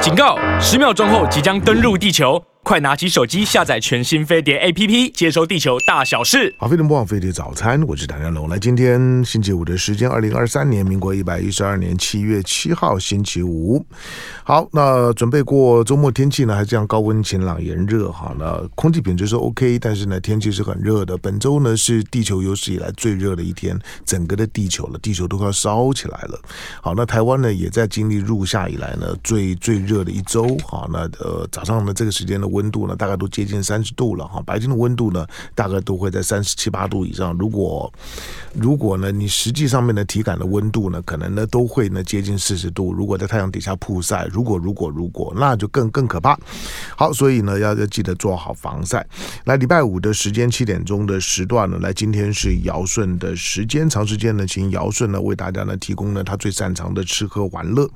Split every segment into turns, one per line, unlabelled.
警告！十秒钟后即将登陆地球，快拿起手机下载全新飞碟 APP，接收地球大小事。
好，非常不枉费的早餐，我是谭家龙。来，今天星期五的时间，二零二三年民国一百一十二年七月七号星期五。好，那准备过周末天气呢，还是这样高温晴朗炎热哈。那空气品质是 OK，但是呢，天气是很热的。本周呢是地球有史以来最热的一天，整个的地球了，地球都快要烧起来了。好，那台湾呢也在经历入夏以来呢最最热的一周哈。那呃早上呢这个时间的温度呢大概都接近三十度了哈，白天的温度呢大概都会在三十七八度以上。如果如果呢你实际上面的体感的温度呢，可能呢都会呢接近四十度。如果在太阳底下曝晒，如果如果如果，那就更更可怕。好，所以呢要要记得做好防晒。来，礼拜五的时间七点钟的时段呢，来今天是尧舜的时间，长时间呢请尧舜呢为大家呢提供呢他最擅长的吃喝玩乐。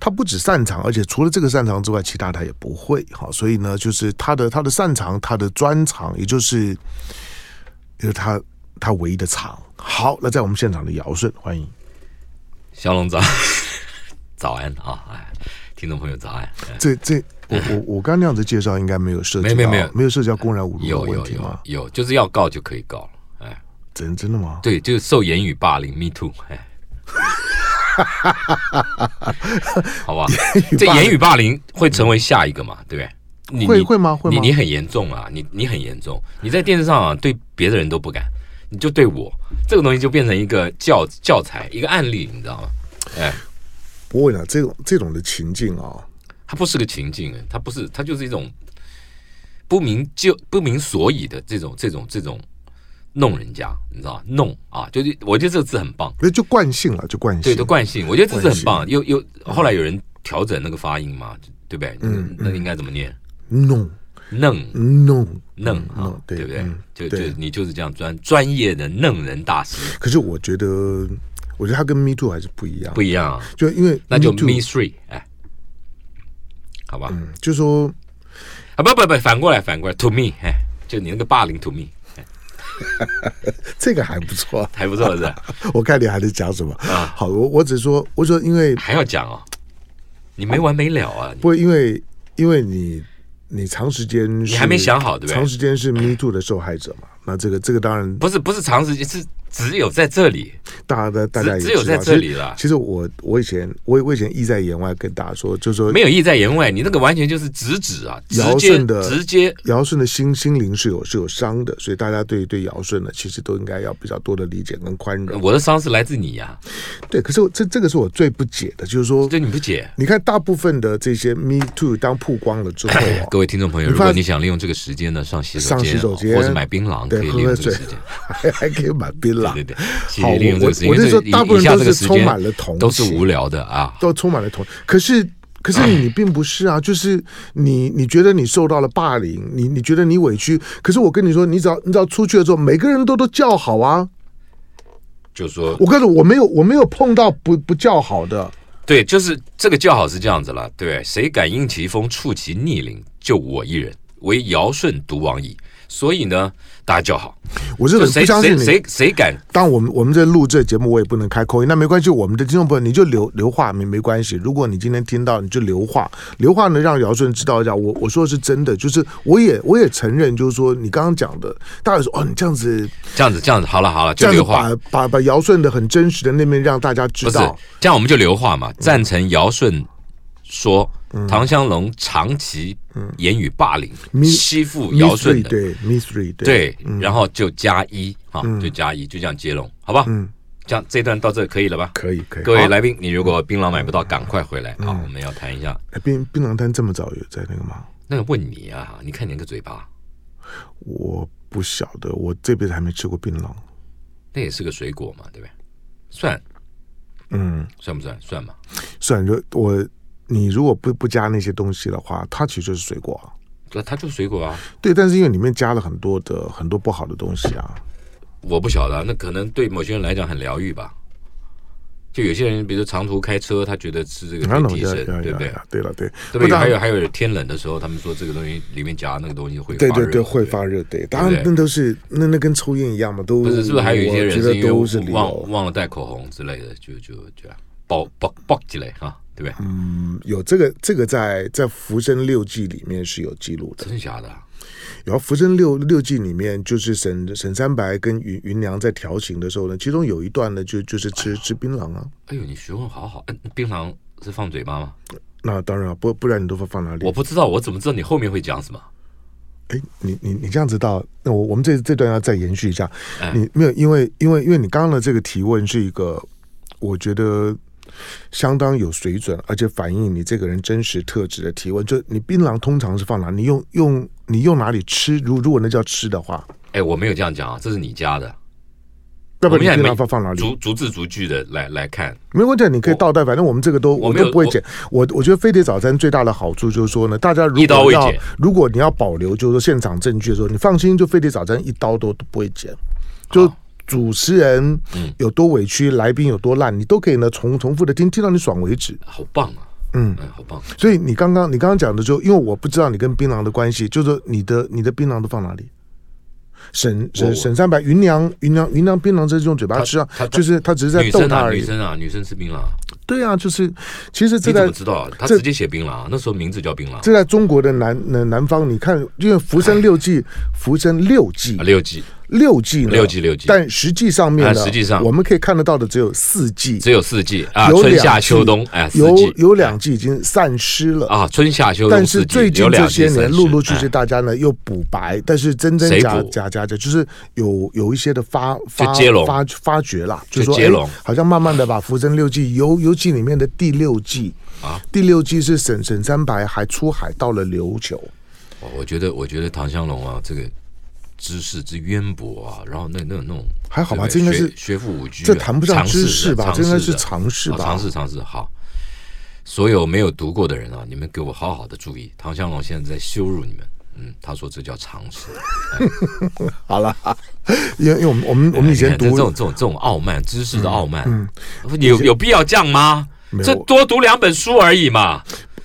他不只擅长，而且除了这个擅长之外，其他他也不会。好，所以呢，就是他的他的擅长，他的专长，也就是就是他他唯一的长。好，那在我们现场的尧舜，欢迎。
小龙早， 早安啊！哎，听众朋友早安。哎
这这，我我我刚那样子介绍，应该没有涉及到
没没没有
没有涉及到公然侮辱
有
的问
有
题
有
吗？
有，就是要告就可以告了。哎，
真真的吗？
对，就是受言语霸凌，me too。哎， 好吧，这
霸凌
言语霸凌会成为下一个嘛？对不对？你
会
你
会吗？会
你
吗？
你很严重啊！你你很严重，你在电视上啊，对别的人都不敢，你就对我这个东西就变成一个教教材，一个案例，你知道吗？哎，
不会的，这种这种的情境啊、
它不是个情境，哎它不是，它就是一种不明就不明所以的这种这种这种弄人家，你知道吗？弄啊，就是我觉得这个字很棒，
那就惯性了，就惯性。
对的惯性，我觉得这字很
惯
棒。又又后来有人调整那个发音嘛，对不对？
嗯
那应该怎么念？
弄
弄
弄
弄
嗯
啊
弄，对
对不
嗯
对？就
对
就你就是这样专专业的弄人大师，
可是我觉得，我觉得他跟 Me Too 还是不一样。
不一样啊，
就因为
那就
Too，
me three，哎，好吧，
嗯就说
啊不不不，反过来反过来 to me，哎，就你那个霸凌 to me
这个还不错。
还不错是吧？
我看你还在讲什么？
啊
好，我我只说，我说因为
还要讲哦，你没完没了啊！
不会因为因为你你长时间是
你还没想好对不对
长时间是 Me Too 的受害者嘛？那这个这个当然
不是不是长时间，是只有在这里，
大家的大家也
只有
知道
在这里啦
其实其实我我以前我我以前意在言外跟大家说，就说
没有意在言外。你那个完全就是直指啊，直
尧
接
舜的
直接
尧舜的心心灵是有是有伤的，所以大家对对尧舜呢，其实都应该要比较多的理解跟宽容。
我的伤是来自你呀、
对，可是我这这个是我最不解的，就是说，
这你不解。
你看大部分的这些 Me Too 当曝光了之后哦，
各位听众朋友，
你
如
发
果你想利用这个时间呢，上洗手
上
间，
洗手间
或者买槟榔，
对
可以
喝
利
喝
用这个
水
时间。
还还可以买槟榔，
对对对，其
好
实利用这个时间，
我我那时候
因为这
大部分
以下
都
这
是
个时
充
间
满了同情
都是无聊的啊。
都充满了同。可是，可是你并不是啊，就是你你觉得你受到了霸凌，你你觉得你委屈，可是我跟你说，你只要你只要出去了之后，每个人都都叫好啊。
就说
我告诉你，我没有我没有碰到不不叫好的，
对，就是这个叫好是这样子了，对，谁敢应其风，触其逆鳞，就我一人，唯尧舜独王矣。所以呢，大家叫好，
我是
就
很不
谁
相信
谁
你。
谁谁敢
当我们我们在录这节目，我也不能开口音，那没关系，我们的听众朋友你就留留话没没关系。如果你今天听到，你就留话，留话呢让尧舜知道一下，我我说的是真的，就是我也我也承认，就是说你刚刚讲的，大家说哦你这样子
这样子，这样子，好了好了，
这
就
样子
留话
把，把把尧舜的很真实的那面让大家知
不是
道，嗯
这样我们就留话嘛。赞成尧舜说，唐湘龙长期
嗯
言语霸凌、
Me-
欺负尧舜
Me three，，
的
对 m e three 对，
对，然后就加一哈，就加一，就这样接龙，好吧？
嗯
这样这段到这可以了吧？
可以可以。
各位
好，嗯
来宾，你如果槟榔买不到，赶快回来啊！我们要谈一下
哎槟槟榔摊这么早有在那个吗？
那个问你啊，你看你那个嘴巴，
我不晓得，我这辈子还没吃过槟榔。
那也是个水果嘛，对不对？算
嗯，
算不算？算嘛。
虽然说我你如果不不加那些东西的话，它其实就是水果啊。
那它就是水果啊，
对，但是因为里面加了很多的很多不好的东西啊。
我不晓得啊，那可能对某些人来讲很疗愈吧。就有些人，比如说长途开车，他觉得吃这个
那
可以
我
提
要
神，
要
对不
要
对？
要，对了对，
对不对？
当
还有还有天冷的时候，他们说这个东西里面夹那个东西会
对
发
对
热
对，会发热，对，当然
对
那都是那那跟抽烟一样嘛，都
不是，是不是还有一些人
我觉
是
得
因为
都是理由
忘忘了带口红之类的，就就就爆爆爆起来哈，对不对？
嗯，有这个这个在在《浮生六记》里面是有记录的。
真的假的啊？
然后《浮生六六记》里面就是沈沈三白跟芸芸娘在调情的时候呢，其中有一段呢就就是吃吃槟榔啊。
哎呦，你学问好好。嗯，槟榔是放嘴巴吗？
那当然啊，不不然你都放放哪里
我？不知道，我怎么知道你后面会讲什么？
哎，你你你这样子到，那我我们这这段要再延续一下。
哎
你没有，因为因为因为你刚刚的这个提问是一个，我觉得相当有水准，而且反映你这个人真实特质的提问。就你槟榔通常是放哪？你用用你用哪里吃？如如果那叫吃的话，
哎，我没有这样讲啊，这是你家的，
要不
我们
然
也
你槟
没
榔放放哪里？
逐逐字逐句的来来看。
没问题，你可以倒带，反正我们这个都
我
我
没有
都不会剪。我我觉得飞碟早餐最大的好处就是说呢，大家如
一刀
果
未
要
剪
如果你要保留，就是说现场证据的时候，你放心，就飞碟早餐一刀都都不会剪，就
好。
主持人
嗯
有多委屈，来宾有多烂，你都可以呢重重复的听，听到你爽为止。
好棒啊！
嗯，
嗯，好棒。
所以你刚刚你刚刚讲的就，因为我不知道你跟槟榔的关系，就是说你的你的槟榔都放哪里？沈
我
沈沈三白，芸娘芸娘芸娘槟榔这是用嘴巴吃啊
他他，他
就是他只是在
女
逗
生
他
啊，
而
女
已。
生啊，女生吃槟榔啊，
对啊，就是其实这
你怎
在
么知道啊？他
这
直接写槟榔啊，那时候名字叫槟榔。
这在中国的南南南方，你看，因为《浮生六记》，《浮生六记
啊，》六季
六季呢，
六季六季
但实际上面呢，
啊实际上
我们可以看得到的只有四季，
只有四季啊，
有
春
两
夏
季
秋冬，哎，四
有
季
有两季已经散失了。
啊，春夏秋冬
但
四
是
季，
最近
有两
这
季
些年，
三
陆
十
陆续续
哎
大家呢又补白，但是真真
谁
假
补
假假假，就是有有一些的发发
接龙
发发掘啦，就说
接
哎
龙
好像慢慢的把《浮生六记》尤尤其里面的第六季
啊，
第六季是沈沈三白还出海到了琉球，
我我觉得，我觉得唐香龙啊，这个知识之渊博啊，然后那那那种
还好吧
对
这应
不
该
对
是
学学富五车，
这谈不上
尝试
知识
的
吧
尝
这应该
试的
是尝试吧
啊尝试尝试好。所有没有读过的人啊，你们给我好好的注意，唐香龙现在在羞辱你们。嗯，他说这叫尝试。
好了，因为因为我们我们我们以
哎你
前
看这这
读嗯
种这种这种傲慢，知识的傲慢，有有必要这样吗
没？有
这多读两本书而已嘛，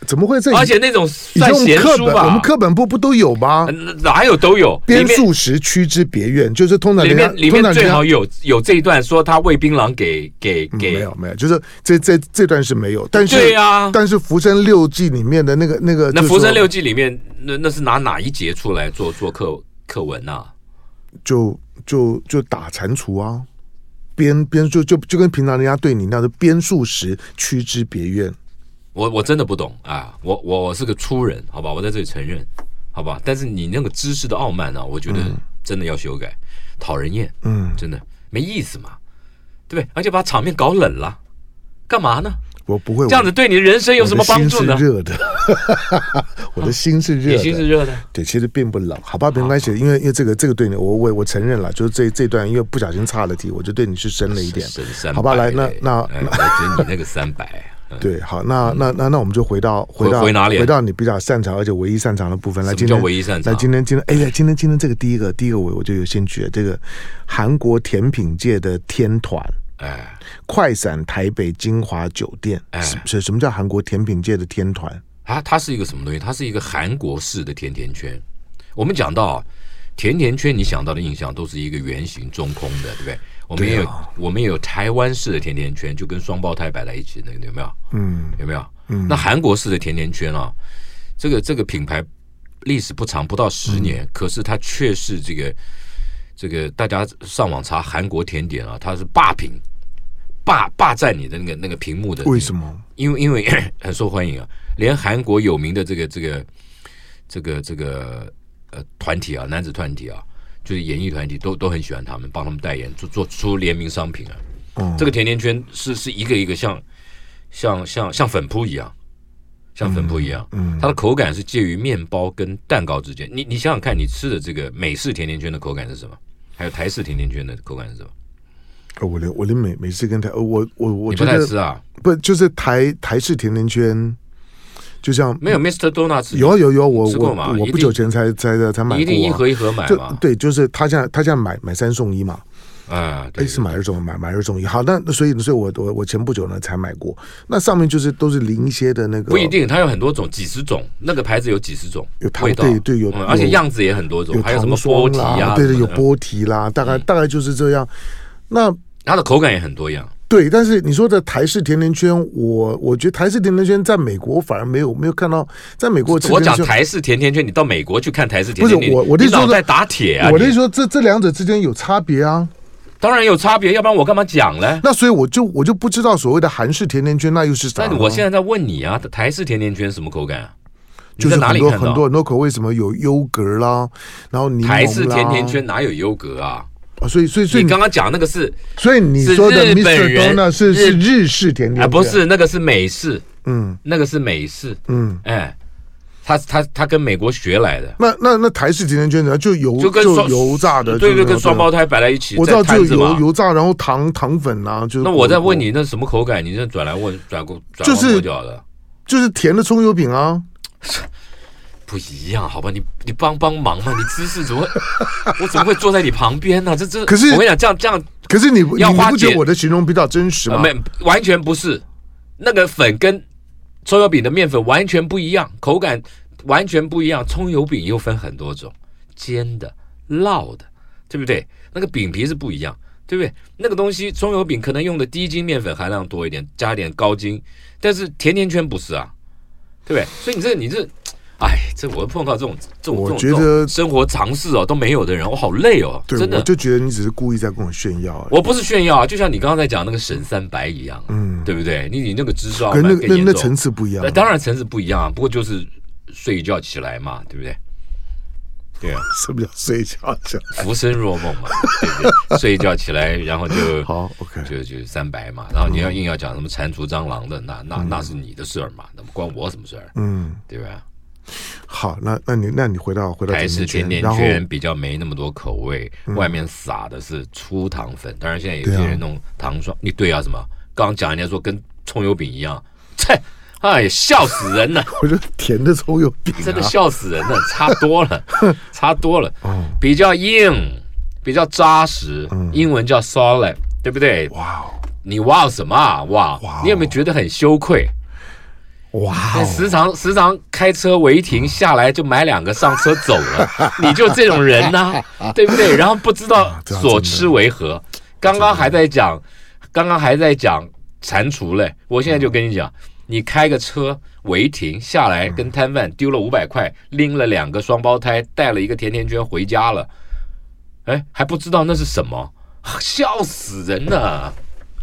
怎么会这？
而且那种
以前
算
我们
闲
课
书
本我们
吧，
课本部不都有吗？
嗯哪有都有，里
边
面
数十区之别院，就是通常
里
人家
面里
通常人
面最
家
好有有这一段说他喂槟榔给给
啊嗯
给
没有没有，就是这这这段是没有，但是
对呀
但是《浮生六记》里面的那个那个，就
那《
是
浮
说
生六记》里面，那那是拿哪一节出来做做课课文呐、啊？
就就就打蟾蜍啊，编编就就就跟平常人家对你那样的编数十区之别院，
我我真的不懂啊！我我我是个粗人，好吧，我在这里承认，好吧。但是你那个知识的傲慢呢、啊我觉得真的要修改，讨人厌，
嗯，
真的没意思嘛，对不对？而且把场面搞冷了，干嘛呢？
我不会
这样子对你人生有什么帮助
我的
呢
心是？热的， 我的心是热的，
你心是热的，
对，其实并不冷，好吧，没关系，因为因为这个这个对你，我我我承认了，就是这这段因为不小心岔了题，我就对你是深了一点。
神三百
好吧来那
嘞
那
哎我觉得你那个三百，嗯
对，好，那那那那我们就回到回到
回回哪里啊
回到你比较擅长而且唯一擅长的部分来。
什么
今
叫
天
唯一擅长
来今天今天哎呀，今天今天这个第一个第一个我我就有兴趣了，这个韩国甜品界的天团。
哎，
快闪台北金华酒店，
哎
是是什么叫韩国甜品界的天团？
啊它它是一个什么东西？它是一个韩国式的甜甜圈。我们讲到啊甜甜圈，你想到的印象都是一个圆形中空的，对不对？我们也有、
对啊
我们也有台湾式的甜甜圈，就跟双胞胎摆在一起那个有没有？
嗯，
有没有？那韩国式的甜甜圈啊，这个这个品牌历史不长，不到十
嗯
年，可是它却是这个这个大家上网查韩国甜点啊，它是霸屏霸霸占你的那个那个屏幕的
为什么？
因为因为 很受欢迎啊，连韩国有名的这个这个这个这个呃团体啊，男子团体啊，就是演艺团体都都很喜欢他们，帮他们代言，做做出联名商品啊。
嗯
这个甜甜圈是是一个一个像像像像粉扑一样，像粉扑一样，
嗯
它的口感是介于面包跟蛋糕之间。你你想想看，你吃的这个美式甜甜圈的口感是什么？还有台式甜甜圈的口感是什么？
呃我连我连每每次跟台，呃我我我
你
觉
不太
得
吃啊？
不就是台台式甜甜圈，就像
没有，Mr. Donuts
有啊有有，我
吃过
我
嘛
我
一
不
定
久前才才才才买过、啊，
一定一盒一盒买
就
嘛？
对，就是他现在他现在买买三送一嘛，
啊，对
哎是买二送买买二送一。好，那那所以所以我我我前不久呢才买过，那上面就是都是淋一些的那个，
不一定，它有很多种，几十种，那个牌子有几十种
啊有糖
味道，
对对有
嗯
有
而且样子也很多种，
有
还有什
糖
么
霜
波提
啦，
啊，
对对，
什
有
么的，
波提啦，大概大概就是这样。那
它的口感也很多样，
对，但是你说的台式甜甜圈，我我觉得台式甜甜圈在美国反而没有没有看到，在美国吃
我
甜甜
讲
圈
台式甜甜圈，你到美国去看台式甜
不是
甜圈，你
我我的意
你
思说
老
是
在打铁啊！
我的意
你
思说这这两者之间有差别啊。
当然有差别，要不然我干嘛讲呢？
那所以我就我就不知道所谓的韩式甜甜圈那又是啥
但
呢。
我现在在问你啊，台式甜甜圈什么口感啊？你
就是
在哪
很
里
多
看
很
到
多？很多口味，什么有优格啦，然后柠檬啦
台式甜甜圈哪有优格啊？
啊所以所以所以
你刚刚讲那个是
所以你
是
说的
日本
Mr.
人
Donut 是
日
是日式甜甜
啊，
圈，
不是那个是美式，
嗯
那个是美式，
嗯。
哎，他他他跟美国学来的，
那那那台式甜甜圈呢？就油
就跟双
油炸的，
对
就
对，跟双胞胎摆在一起，
我知道
在
就
摊子嘛
油油炸，然后糖糖粉啊，就
那我在问，你，那什么口感？你这转来问转过转
就
过
是
过脚的，
就是甜的葱油饼啊，
不一样，好吧？你你帮帮忙嘛，你姿势怎么会？ 我怎么会坐在你旁边呢？这这，
可是
我跟你讲，这样这样
可是你不你
要花
不觉得
解
我的形容比较真实
呃
吗？
没完全不是，那个粉跟葱油饼的面粉完全不一样，口感完全不一样。葱油饼又分很多种，煎的、烙的，对不对？那个饼皮是不一样，对不对？那个东西葱油饼可能用的低筋面粉含量多一点，加点高筋，但是甜甜圈不是啊，对不对？所以你这你这。哎，这我碰到这种这种
我
这种
觉得
这种生活常识哦都没有的人，我好累哦，
对，
真的
我。就觉得你只是故意在跟我炫耀而已。
我不是炫耀啊，就像你刚刚在讲那个沈三白一样，嗯，对不对？你你那个知识啊，
可那
蛮
个
更
那
严
那
重
层次不一样
呃， 当然层次不一样啊，不过就是睡一觉起来嘛，对不对？对 啊，
什么叫睡觉觉？
浮生若梦嘛，对不 对？睡一觉起来，然后就
好，OK，嗯
就就三白嘛，然后你要硬要讲什么蟾蜍蟑螂的，那那那是你的事儿嘛，那不关我什么事儿，
嗯，
对吧？
好，那那你那你回到回到
台式甜甜
然后嗯
圈比较没那么多口味，外面撒的是粗糖粉。当然，现在有
对啊
些人弄糖霜，你对啊什么？刚刚讲人家说跟葱油饼一样，切，哎呀，笑死人了，
我觉得甜的葱油饼
真的
啊，
笑死人了，差 多了，差多了，
哦
比较硬，比较扎实，英文叫 solid，对不对？
嗯哇哦
你哇什么啊哇
哇哦？
你有没有觉得很羞愧？
哦哇哦，
时常时常开车违停下来就买两个上车走 了，你就这种人呐、对不对？然后不知道
啊这样
所吃为何，刚刚还在讲，刚刚还在讲蟾蜍嘞，我现在就跟你讲，你开个车违停下来跟摊贩丢了五百块，拎了两个双胞胎，带了一个甜甜圈回家了，哎，还不知道那是什么，笑死人了。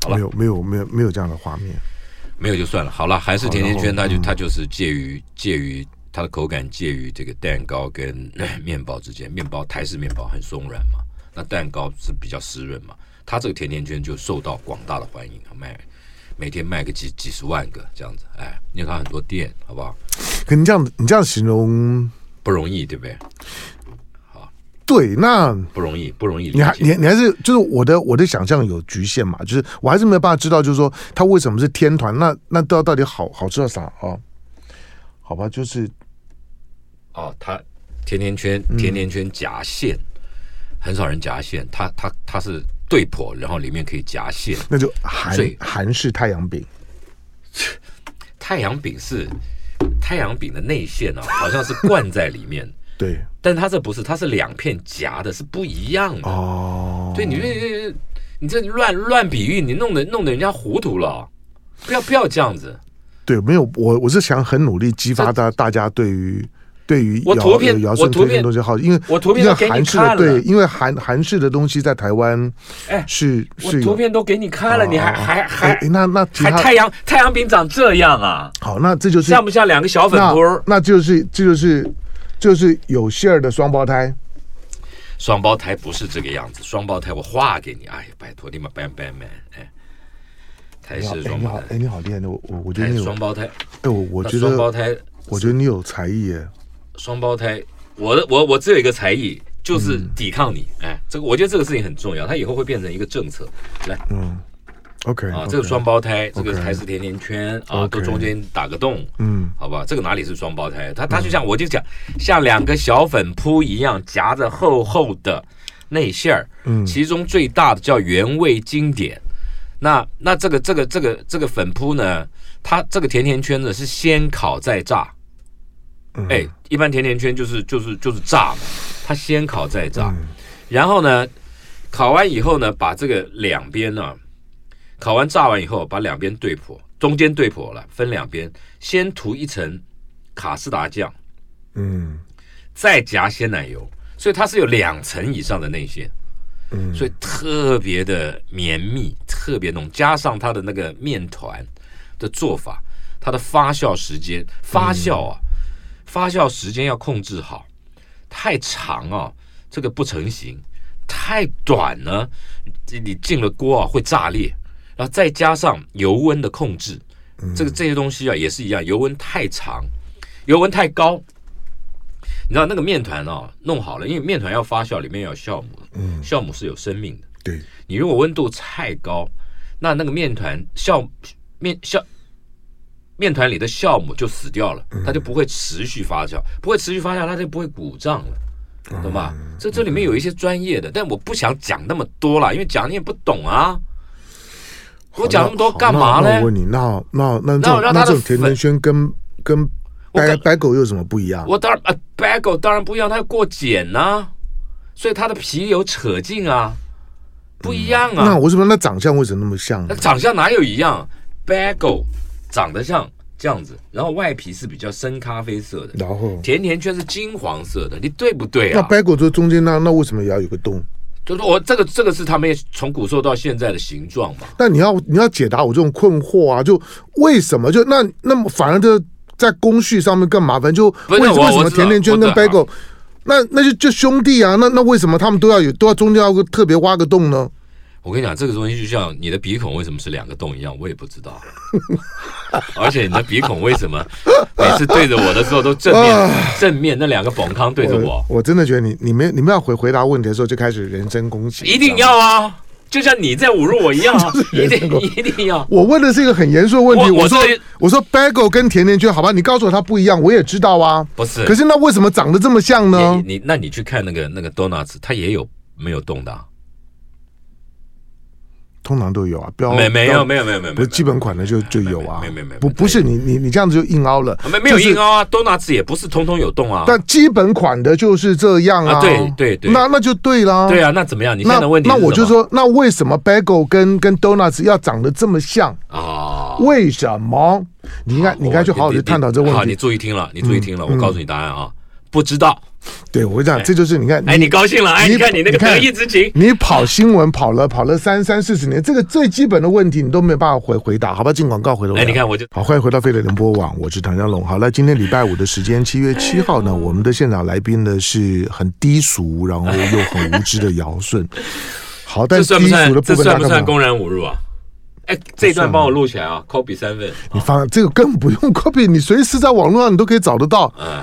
好了
没有没有没有没有这样的画面，
没有就算了。好了，还是甜甜圈，
好
它
然后
就它就是介于介于它的口感介于这个蛋糕跟 面包之间。面包台式面包很松软嘛，那蛋糕是比较湿润嘛。它这个甜甜圈就受到广大的欢迎，卖每天卖个几几十万个这样子，哎，因为它很多店，好不好？
可你这样你这样形容，
不容易，对不对？
对，那
不容易，不容易理
你还你
解。
你还是就是我的我的想象有局限嘛，就是我还是没有办法知道，就是说它为什么是天团，那那到到底好好吃到啥啊？好吧，就是
哦，它甜甜圈
嗯
甜甜圈夹馅，很少人夹馅，它它它是对破，然后里面可以夹馅。
那就韩
所以
韩式太阳饼，
太阳饼是太阳饼的内馅啊，好像是灌在里面，
对
但它这不是，它是两片夹的，是不一样的。
哦，
对，你这你这乱乱比喻，你弄得弄得人家糊涂了，不要不要这样子。
对，没有我我是想很努力激发大大家对于。对于
我
姚
图片
有姚
我
顺
图
推荐
片
东西好，因为
我图
因
片都
为
给你
韩式的
看了
对，因为韩韩式的东西在台湾
哎
是
我
是有
图片都给你看了，你还还
哎
还
哎那那其
还
他
太阳太阳饼长这样啊？
好，那这就是
像不像两个小粉波
那
儿？
那就是这就是就是有馅儿的双胞胎，
双胞胎不是这个样子，双胞胎我画给你，哎呀，拜托你们拜拜拜，哎，台
你好，
式
哎
双
你
胞
好，
胎，
哎你好厉害，我我我觉得
台
你
式
有，
双胞胎，
哎我我
那
觉
双胞
得
胎
我觉得你有才艺耶，
双胞胎，我的我我只有一个才艺，就是
嗯
抵抗你。哎，这个我觉得这个事情很重要，它以后会变成一个政策。来
OK
啊，
嗯 OK，
这个双胞胎，这
OK
个台式甜甜圈啊，
OK
都中间打个洞，
嗯
好吧？这个哪里是双胞胎？它它就像我就讲，像两个小粉扑一样夹着厚厚的内馅儿，
嗯
其中最大的叫原味经典。那那这个这个这个这个粉扑呢，它这个甜甜圈呢是先烤再炸，
嗯
哎，一般甜甜圈就是就是就是炸嘛，它先
嗯
烤啊再炸，然后呢，烤完以后呢，把这个两边呢、烤完炸完以后，把两边对破，中间对破了，分两边，先涂一层卡士达酱，
嗯，
再夹鲜奶油，所以它是有两层以上的内馅，
嗯
所以特别的绵密，特别浓，加上它的那个面团的做法，它的发酵时间，发酵啊，发酵时间要控制好，太长啊，这个不成型；太短呢，这你进了锅啊会炸裂。然后再加上油温的控制，这个这些东西啊也是一样，油温太长，油温太高，你知道那个面团哦，弄好了，因为面团要发酵，里面要有酵母，
嗯
酵母是有生命的。
对，
你如果温度太高，那那个面团酵面酵面团里的酵母就死掉了，
嗯
它就不会持续发酵，不会持续发酵，它就不会鼓胀了，
嗯
懂吧？这这里面有一些专业的，但我不想讲那么多啦，因为讲你也不懂啊。我讲那么多
好
干嘛
那那我
呢？
问你，那那那这
那我
种
让
那
他
这
的
种甜甜圈跟跟
我
白
感
白狗有什么不一样？
我当然啊，bagel 当然不一样，它要过碱呐、所以它的皮有扯进啊，不一样啊。
嗯那为什么那长相为什么那么像
那
呢？
长相哪有一样？bagel 长得像这样子，然后外皮是比较深咖啡色的，
然后
甜甜圈是金黄色的，你对不对
那
啊？
白狗这中间那那为什么也要有个洞？
就是我这个这个是他们从古时候到现在的形状嘛。
那你要你要解答我这种困惑啊！就为什么就那那么反而就在工序上面更麻烦？就
是
为
我
为什
我
么
知道
甜甜圈跟
我知道
bagel，那那就就兄弟啊？那那为什么他们都要有都要中间要特别挖个洞呢？
我跟你讲，这个东西就像你的鼻孔为什么是两个洞一样，我也不知 道。而且你的鼻孔为什么每次对着我的时候都正面正面那两个崩康对着我，
我真的觉得你你们你们要回回答问题的时候就开始人身攻击，
一定
你知道吗。
要啊，就像你在侮辱我一样 啊，一定一定要。
我问的是一个很严肃的问题，
我
我
我
说
这里
我说 bagel 跟甜甜圈，好吧，你告诉我它不一样，我也知道啊。
不是，
可是那为什么长得这么像呢？
你你那你去看那个那个 donuts，它也有没有动的、啊？
通常都有啊，标
没没有
标
没有没有没有，
不是基本款的就就有啊，
没没没没
不不是你你你这样子就硬凹了，
没没有
就是
硬凹啊，donuts 也不是通通有动啊。
但基本款的就是这样啊，
啊对对对
那那就对啦，
对啊，那怎么样？你现
哦那
在的问题
那
是
我
什
就
么
说，那为什么 bagel 跟跟 donuts 要长得这么像？
啊，
为什么？你应该你应该去好好去探讨这个
好，
问
你
题。嗯
注意听了，你注意听了，我告诉你答案啊，不知道。
对，我讲这就是你看，
哎，你高兴了？哎，
你
你看你那
你
个
看
德意之情，
你跑新闻跑了跑了三三四十年，这个最基本的问题你都没有办法回回答，好吧？进广告回头。
哎，你看我就
好，欢迎回到飞碟联播网，我是唐江龙。好了，今天礼拜五的时间，七月七号呢，我们的现场来宾呢是很低俗，然后又很无知的尧舜。好，但
这
是低
算不算
俗的？部
这
分
算
大
不算
概
公然侮辱啊？哎，这段帮我录起来啊，copy 三份。
你放这个更不用 copy，你随时在网络上你都可以找得到。
嗯，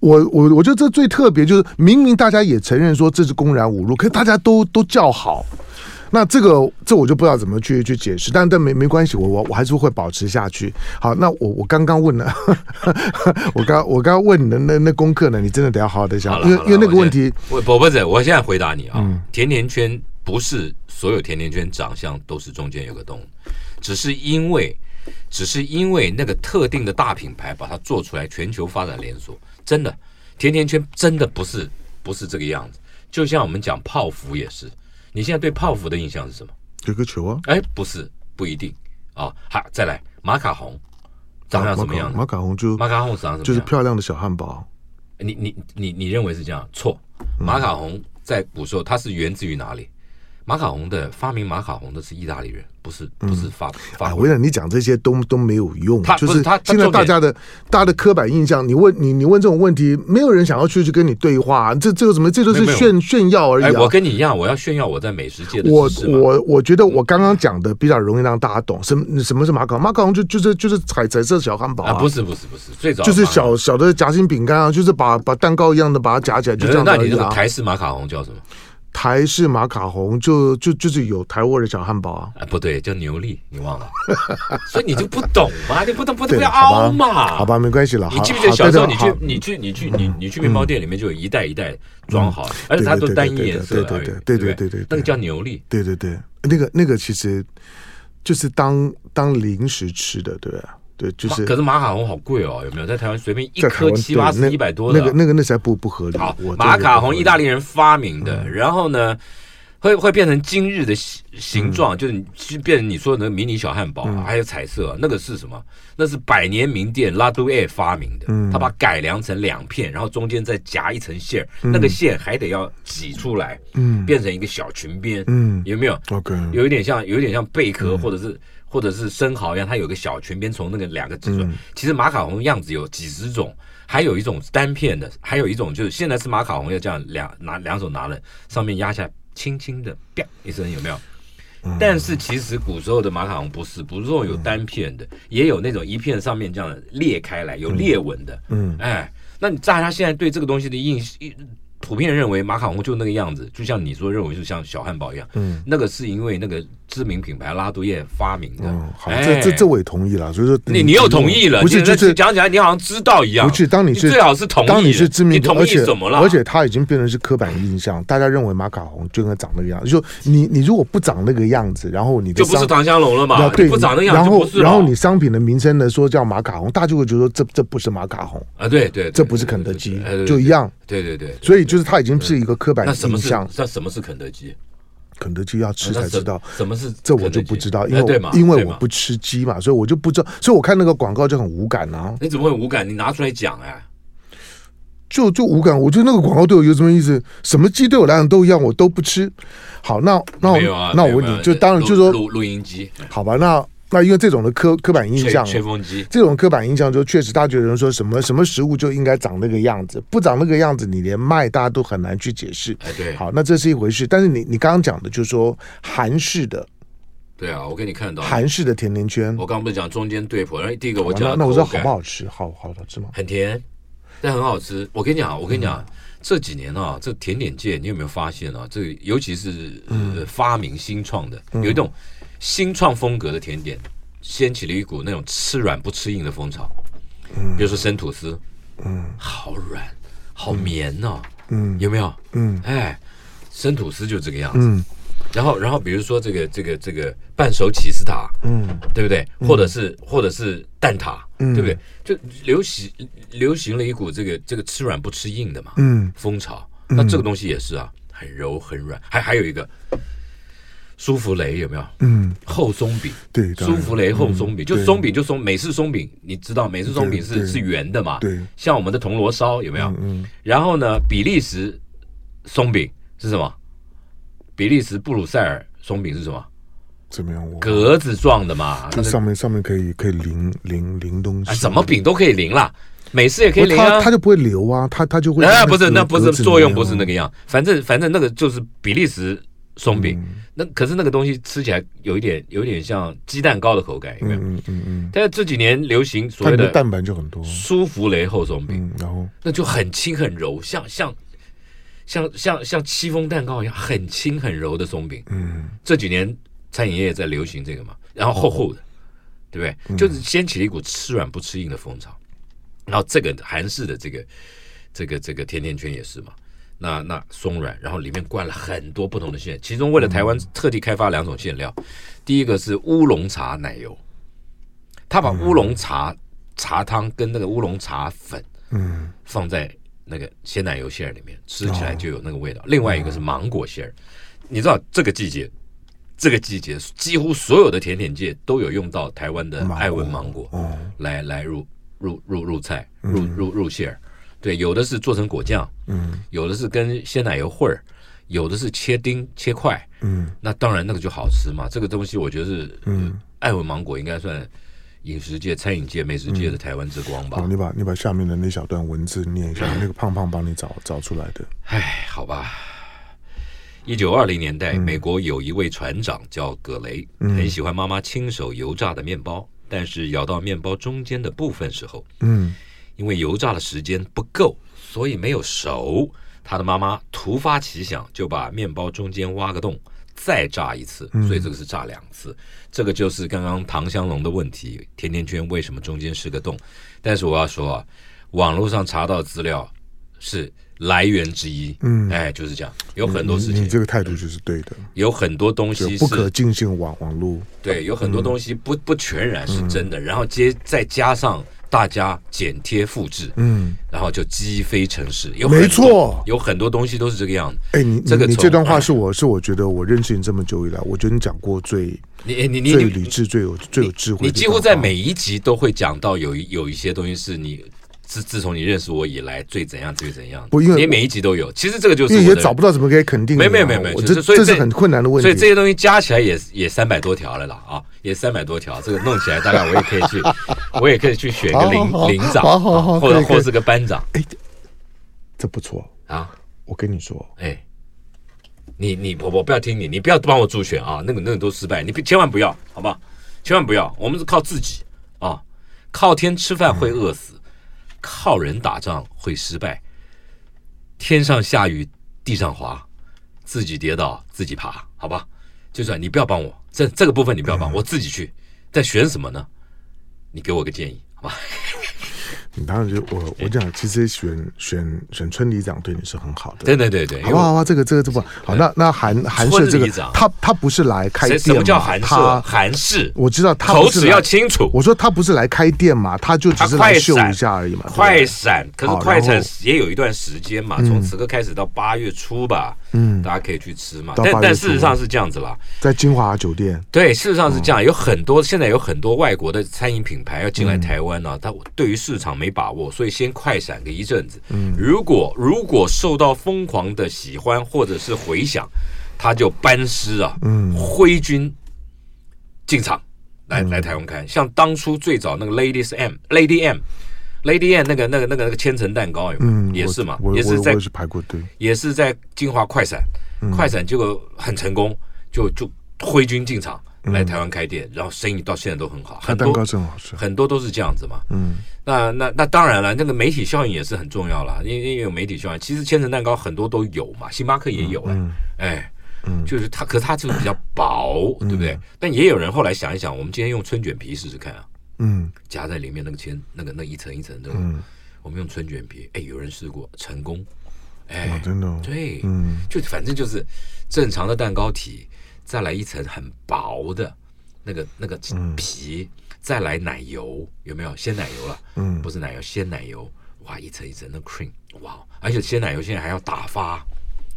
我我我觉得这最特别就是，明明大家也承认说这是公然侮辱，可是大家都都叫好。那这个这我就不知道怎么去去解释，但但没没关系，我我我还是会保持下去。好，那我我刚刚问了， 我刚我刚刚问你的那那功课呢，你真的得要好好的
好
想，
了，
因为
好了
因为那个
我
问
现
题，嗯
我不不是，我现在回答你啊，甜甜圈不是所有甜甜圈长相都是中间有个洞，只是因为只是因为那个特定的大品牌把它做出来，全球发展连锁，真的甜甜圈真的不是不是这个样子。就像我们讲泡芙也是，你现在对泡芙的印象是什么？
有个球啊，
哎，不是，不一定啊。好，再来马卡红长相什么样
马
子？
卡红就
马卡红长相什么样？
就是漂亮的小汉堡，
你你你你认为是这样？错，
嗯
马卡龙在古时候它是源自于哪里？马卡龙的发明马卡龙的是意大利人，不是不是法
啊，
法
我
国人。
想你讲这些都都没有用
他，
就
不是他他
现在
重点
大家的大家的刻板印象，你问你你问这种问题，没有人想要去去跟你对话，这这有什么？这都是
没有没有
炫炫耀而已
哎，
啊
我。跟你一样，我要炫耀我在美食界的
我
知识嘛。
我我觉得我刚刚讲的比较容易让大家懂，什么什么是马卡龙？马卡龙就就是就是彩彩色小汉堡
啊，不是不是不是，最早
就是
马卡龙
小小的夹心饼干啊，就是把把蛋糕一样的把它夹起来，就这样子
呃那
而
你
已
这个
啊。
台式马卡龙叫什么？
台式马卡龙就就就是有台味的小汉堡啊。
哎，不对，叫牛力，你 忘了？所以你就不懂嘛，你不懂不懂
对，
不要
好
凹
吧，
嘛。
好，吧，没关系了。
啊你
好
记不记得
好
小时候
对
你
对
去
好嗯
你去你去你你去面包店里面就有一袋一袋装好，而且它都
对对对
单一颜色
对
而已，
对对对
不
对对对对
那个叫牛力。
对对对，那个那个其实就是当当零食吃的，对吧？对，就
马
是
可是马卡龙好贵哦，有没有？在台湾随便一
在台
颗
湾
七八
对
十、
那
一百多的。
那个那个那实在不不合理。嗯
好
我，
马卡龙意大
利
利人发明的，然后呢，会会变成今日的形形状，
嗯
就是你其实变成你说的那个迷你小汉堡、还有彩色、那个是什么？那是百年名店拉都埃发明的，
嗯
他把它改良成两片，然后中间再夹一层馅儿，那个馅还得要挤出来，
嗯
变成一个小裙边，
嗯
有没有？
，OK，
有一点像，有一点像贝壳或者是或者是生蚝一样，它有个小裙边从那个两个指出来。其实马卡龙样子有几十种，还有一种是单片的，还有一种就是现在吃马卡龙要这样两拿两手拿了，上面压下，轻轻的啪一声，有没有？
嗯
但是其实古时候的马卡龙不是，不是有单片的，
嗯
也有那种一片上面这样裂开来有裂纹的。
嗯，
哎，那你大家现在对这个东西的印印普遍认为马卡龙就那个样子，就像你说认为就像小汉堡一样，
嗯，
那个是因为那个知名品牌拉杜叶发明的。
嗯，好，
哎
这这这我也同意了，所以说
你你又同意了，
不是
你这
就是
讲起来你好像知道一样，
不是，当你是
你最好是同意的
当你是知名
你
的，
同
而
意
且
怎么了？
而且它已经变成是刻板印象，大家认为马卡龙就应该长那个样子，就你你如果不长那个样子，然后你的
就不
商
是唐香龙了
然
嘛
后，对，
你不长那
然
样就
后
不是了
然后你商品的名称呢说叫马卡龙，大家就会觉得说这这不是马卡龙，
啊，对对，对
这不是肯德基
对对对，
就一样。
对对对，对
所以就是它已经是一个刻板
那什么
印
是
象，
那什么是肯德基？
肯德基要吃
那
才
什
知道。
什么是
这
肯
我
德
就
基
不知道，因
哎对
为
嘛
我因为
对
我
嘛
不吃鸡嘛，所以我就不知道，所以我看那个广告就很无感啊，
你怎么会无感？你拿出来讲哎、
就就无感。我觉得那个广告对我有什么意思？什么鸡对我来讲都一样，我都不吃。好，那那
没有
我、
啊，
那我
没有
问
没有
你，就当然
录
就说
录录音机、
好吧，那那因为这种的刻刻板印
吹
象，
吹风机，
这种刻板印象就确实，大家觉得说什么什么食物就应该长那个样子，不长那个样子，你连卖大家都很难去解释。
哎，对，
好，那这是一回事，但是你你刚刚讲的就是说韩式的
对啊，我给你看到，
韩式的甜甜圈，
我刚刚不是讲中间对破，然后第一个我
好
讲
那
的
那我知道
口
好
感
不好吃，好好好吃吗？
很甜，但很好吃。我跟你讲，我跟
嗯
你讲，这几年啊，这甜点界你有没有发现啊？这个尤其是、
嗯
呃、发明新创的，有一种新创风格的甜点，掀起了一股那种吃软不吃硬的风潮。比如说生吐司，嗯，好软，好绵哦，嗯，有没有？
嗯，
哎，生吐司就这个样子。
嗯
然后，然后比如说这个这个这个半熟起司塔，
嗯
对不对？或者是或者是蛋挞，
嗯
对不对？就流行流行了一股这个这个吃软不吃硬的嘛
嗯
风潮。那这个东西也是啊，很柔很软。还还有一个舒芙蕾有没有？
嗯，
厚松饼，
对，当
舒
然
芙蕾厚松饼，就
对
松饼就松美式松饼，你知道美式松饼
对
是
对
是圆的嘛？
对，
像我们的铜锣烧有没有？
嗯
然后呢，比利时松饼是什么？比利时布鲁塞尔松饼是什么？
怎么样？我
格子状的嘛，
就
那个
上面上面可以可以淋淋淋东
啊，
西，
什么饼都可以淋啦，美式也可以
不是
淋
它
啊
它。就不会流啊，它它就会
啊，不是，那不是作用，不是那
个
个样。反正反正那个就是比利时松饼，
嗯
那可是那个东西吃起来有一点有一点像鸡蛋糕的口感，有没
格
有
子？里面啊，嗯嗯嗯
但是这几年流行
嗯，它
所
里
谓
面
的
蛋白就很多，
舒芙蕾厚松饼，
嗯，然后
那就很轻很柔，像像像像像戚风蛋糕一样，很轻很柔的松饼。
嗯
这几年餐饮业在流行这个嘛，然后厚厚的，对
嗯
不对？就是掀起了一股吃软不吃硬的风潮。然后这个韩式的这个这个这个甜甜圈也是嘛，那那松软，然后里面灌了很多不同的馅，其中为了台湾特地开发两种馅料，第一个是乌龙茶奶油，他
嗯
把乌龙茶茶汤跟那个乌龙茶粉
嗯
放在那个鲜奶油馅儿里面，吃起来就有那个味
哦
道。另外一个是芒果馅儿，你知道这个季节，这个季节几乎所有的甜点界都有用到台湾的
芒果
爱文芒果
哦
来来入入入入菜入入入馅儿。对，有的是做成果酱，
嗯
有的是跟鲜奶油混儿，有的是切丁切块。
嗯
那当然那个就好吃嘛。这个东西我觉得是，
嗯
嗯，爱文芒果应该算饮食界、餐饮界、美食界的台湾之光吧
嗯好，。你把你把下面的那小段文字念一 下，那个胖胖帮你找找出来的。
唉，好吧。一九二零年代，
嗯
美国有一位船长叫葛雷，很喜欢妈妈亲手油炸的面包，但是咬到面包中间的部分时候，
嗯
因为油炸的时间不够，所以没有熟。他的妈妈突发奇想，就把面包中间挖个洞，再炸一次，
嗯
所以这个是炸两次。这个就是刚刚唐香龙的问题，甜甜圈为什么中间是个洞？但是我要说啊，网络上查到资料是来源之一，
嗯
哎，就是这样，有很
你
多事
你
情，
这个态度就是对的，
有很多东
就
西
不可嗯
是
尽信网网络。嗯
对，有很多东西不不全然是真的，然后接再加上大家剪贴复制，
嗯，
然后就鸡飞城市。有
没
很多
错
有很多东西都是这个样子。
哎，你
这个
你你
从
这段话是我是我觉得我认识你这么久以来，我觉得你讲过最
你你你
最
你
理智、最有最有智慧
你
的一段话。
几乎在每一集都会讲到有一有一些东西是你自自从你认识我以来最怎样最怎样的。
不因为
你
我
每一集都有，其实这个就是
因为
我
也
的
找不到怎么可以肯定你啊。
没没没没
我
就是
这
所以
这是
这
很困难的问
所以这
题。
些东西加起来也也三百多条了啦啊，也三百多条，这个弄起来大概我也可以 去，我也可以去选个
好好好
领领长，
好好好
啊或
可
者
以可以
或是个班长
这不错，
啊，
我跟你说，
哎，你你我我不要听你，你不要帮我助选啊，那个那个都失败，你不千万不要，好不好？千万不要，我们是靠自己啊，靠天吃饭会饿
嗯
死，靠人打仗会失败，天上下雨地上滑，自己跌倒自己爬，好吧？就算你不要帮我，这这个部分你不要
嗯
帮我，我自己去。但选什么呢？你给我个建议，好吧？
你当然就我我讲，其实选选选村里长对你是很好的。
对对对对，因
好
为
不
我
好啊，这个这个这不
哎
好。那那韩韩
村
式这个
里长，
他他不是来开
谁
店
什么叫韩
嘛
式？
他
韩式，
我知道他
口
不是
齿
来
要清楚。
我说他不是来开店嘛，他就只
他
是
快
来秀
闪
一下而已嘛。对不
快
对
闪，可是
好
快
然
闪
后
也有一段时间嘛，从此刻开始到八月初吧，
嗯
大家可以去吃嘛。
到
但
8月
但
初嗯
事实上是这样子啦，
在金华酒店，
对，事实上是这样，有很多现在有很多外国的餐饮品牌要进来台湾
嗯
呢、它对于市场没把握，所以先快闪个一阵子。嗯，如果如果受到疯狂的喜欢或者是回响，他就班师啊，
嗯
挥军进场来来台湾开。像当初最早那个 Ladies M Lady M Lady M 那个那个那个那个千层蛋糕有没有？
嗯，
也
我
是嘛，
我
也
我
是
我嗯
在
也是排过队，
也是在金华快闪，快闪结果很成功，就就挥军进场来台湾开店，然后生意到现在都很好，
它
很
嗯蛋糕
多
真好吃。
很多都是这样子嘛。
嗯，
那那那当然了，那个媒体效应也是很重要啦，因为因为有媒体效应，其实千层蛋糕很多都有嘛，星巴克也有哎、哎。就是它，可是它就是比较薄，对不对？但也有人后来想一想，我们今天用春卷皮试试看啊，
嗯，
夹在里面那个千那个那一层一层的，我们用春卷皮，哎，有人试过成功，哎，
哦真的哦，
对，
嗯，
就反正就是正常的蛋糕体，再来一层很薄的那个那个
嗯
皮，再来奶油，有没有鲜奶油了？
嗯
不是奶油，鲜奶油，哇，一层一层的 cream，哇，而且鲜奶油现在还要打发，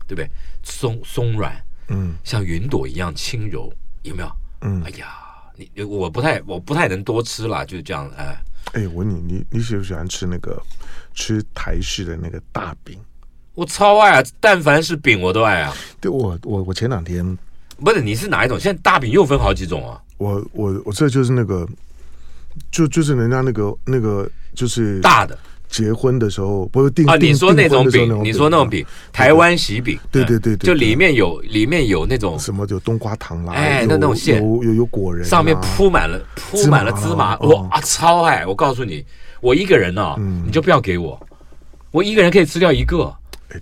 对不对？松松软，
嗯
像云朵一样轻柔，有没有？
嗯
哎呀，你我不太我不太能多吃啦，就是这样，哎，
哎，我你你你喜不喜欢吃那个吃台式的那个大饼？
我超爱啊，但凡是饼我都爱啊。
对我我我前两天
不是你是哪一种？现在大饼又分好几种啊，
我我我这就是那个，就就是人家那个那个就是
大的。
结婚的时候不是订
啊，
订
你说那种
订婚的时候
饼，你说
啊
那种饼，台湾喜饼，
对
嗯
对对对
就
对
里面有里面有那种
什么有冬瓜糖啦，
哎
有
那那种馅
有有有果仁啊，
上面铺满了铺满了芝
芝
麻
麻，
我
哦嗯
啊超爱！我告诉你，我一个人呢，你就不要给我，我一个人可以吃掉一个，
哎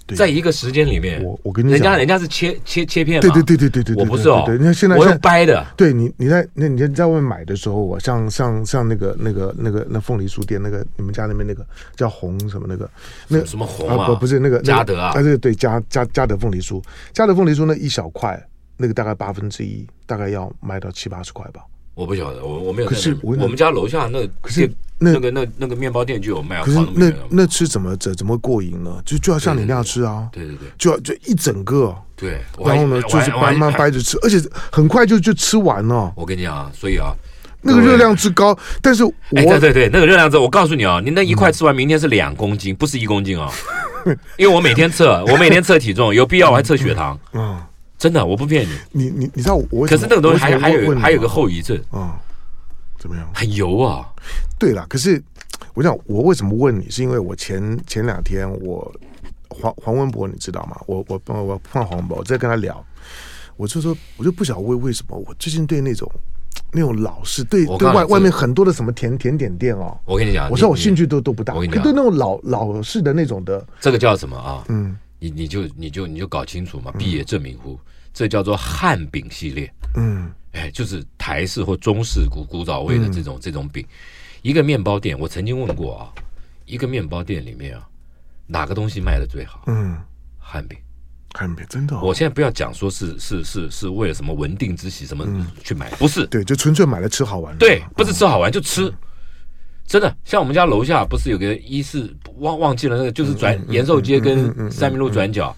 对
在一个时间里面，
我我跟你
人家
讲
人家是切切切片嘛，
对对对对对对，对
我不是哦，
对，对对那现在
我
现
用
在
掰的，
对你，你在那你在外面买的时候啊，像像像那个那个那个那凤梨酥店那个你们家那边那个叫红什么那个那
什么红啊
啊不不是那个那个
嘉德啊
啊对对嘉嘉嘉德凤梨酥，嘉德凤梨酥那一小块那个大概八分之一，大概要卖到七八十块吧。
我不晓得，我我没有
可
在那
是
里买。
我跟你
我们家楼下那个
可是
店
那
那个那那个面包店就有卖，
可是
花么
那
远了
那吃怎么怎怎么过瘾呢？就就要像你那样吃啊，
对对对
就要就一整个，
对，我还
然后呢
我还
就是
我还
慢慢掰着吃，而且很快就就吃完了，
我跟你讲啊，所以啊，
那个
各位
热量之高。但是我
哎，对对对，那个热量值，我告诉你啊，你那一块吃完，明天是两公斤，不是一公 斤哦。因为我每天测，我每天测体重，有必要我还测血糖，
嗯，
真的，我不骗你。
你你你知道我为什
可
么
是那个东西
我为什
还
么
还有
问你啊
还有
吗
个后遗症，
嗯，怎么样？
很油啊。
对了，可是我想，我为什么问你？是因为我前前两天我黄黄文博，你知道吗？我我我我碰到黄文博，我在跟他聊，我就说，我就不晓得为为什么我最近对那种那种老式对
我
对
告诉
外
你这
外面很多的什么甜甜点店哦，
我跟你讲，
我说
你
我兴趣都都不大，
我
可
跟
对
你讲
那种老老式的那种的，
你这个叫什么啊？
嗯
你你就你就你就搞清楚嘛，毕业证明乎，这叫做汉饼系列。
嗯
哎，就是台式或中式古古早味的这
嗯
种、这种饼。一个面包店，我曾经问过啊，一个面包店里面啊，哪个东西卖的最好？
嗯，
汉饼。
很美，真的哦、
我现在不要讲说是是是是为了什么文定
嗯
之喜什么去买，不是，
对，就纯粹买来吃好玩的，嗯
对，不是吃好玩就吃。真的，像我们家楼下不是有个一四忘忘记了那个，就是转
嗯
延寿街跟三民路转角，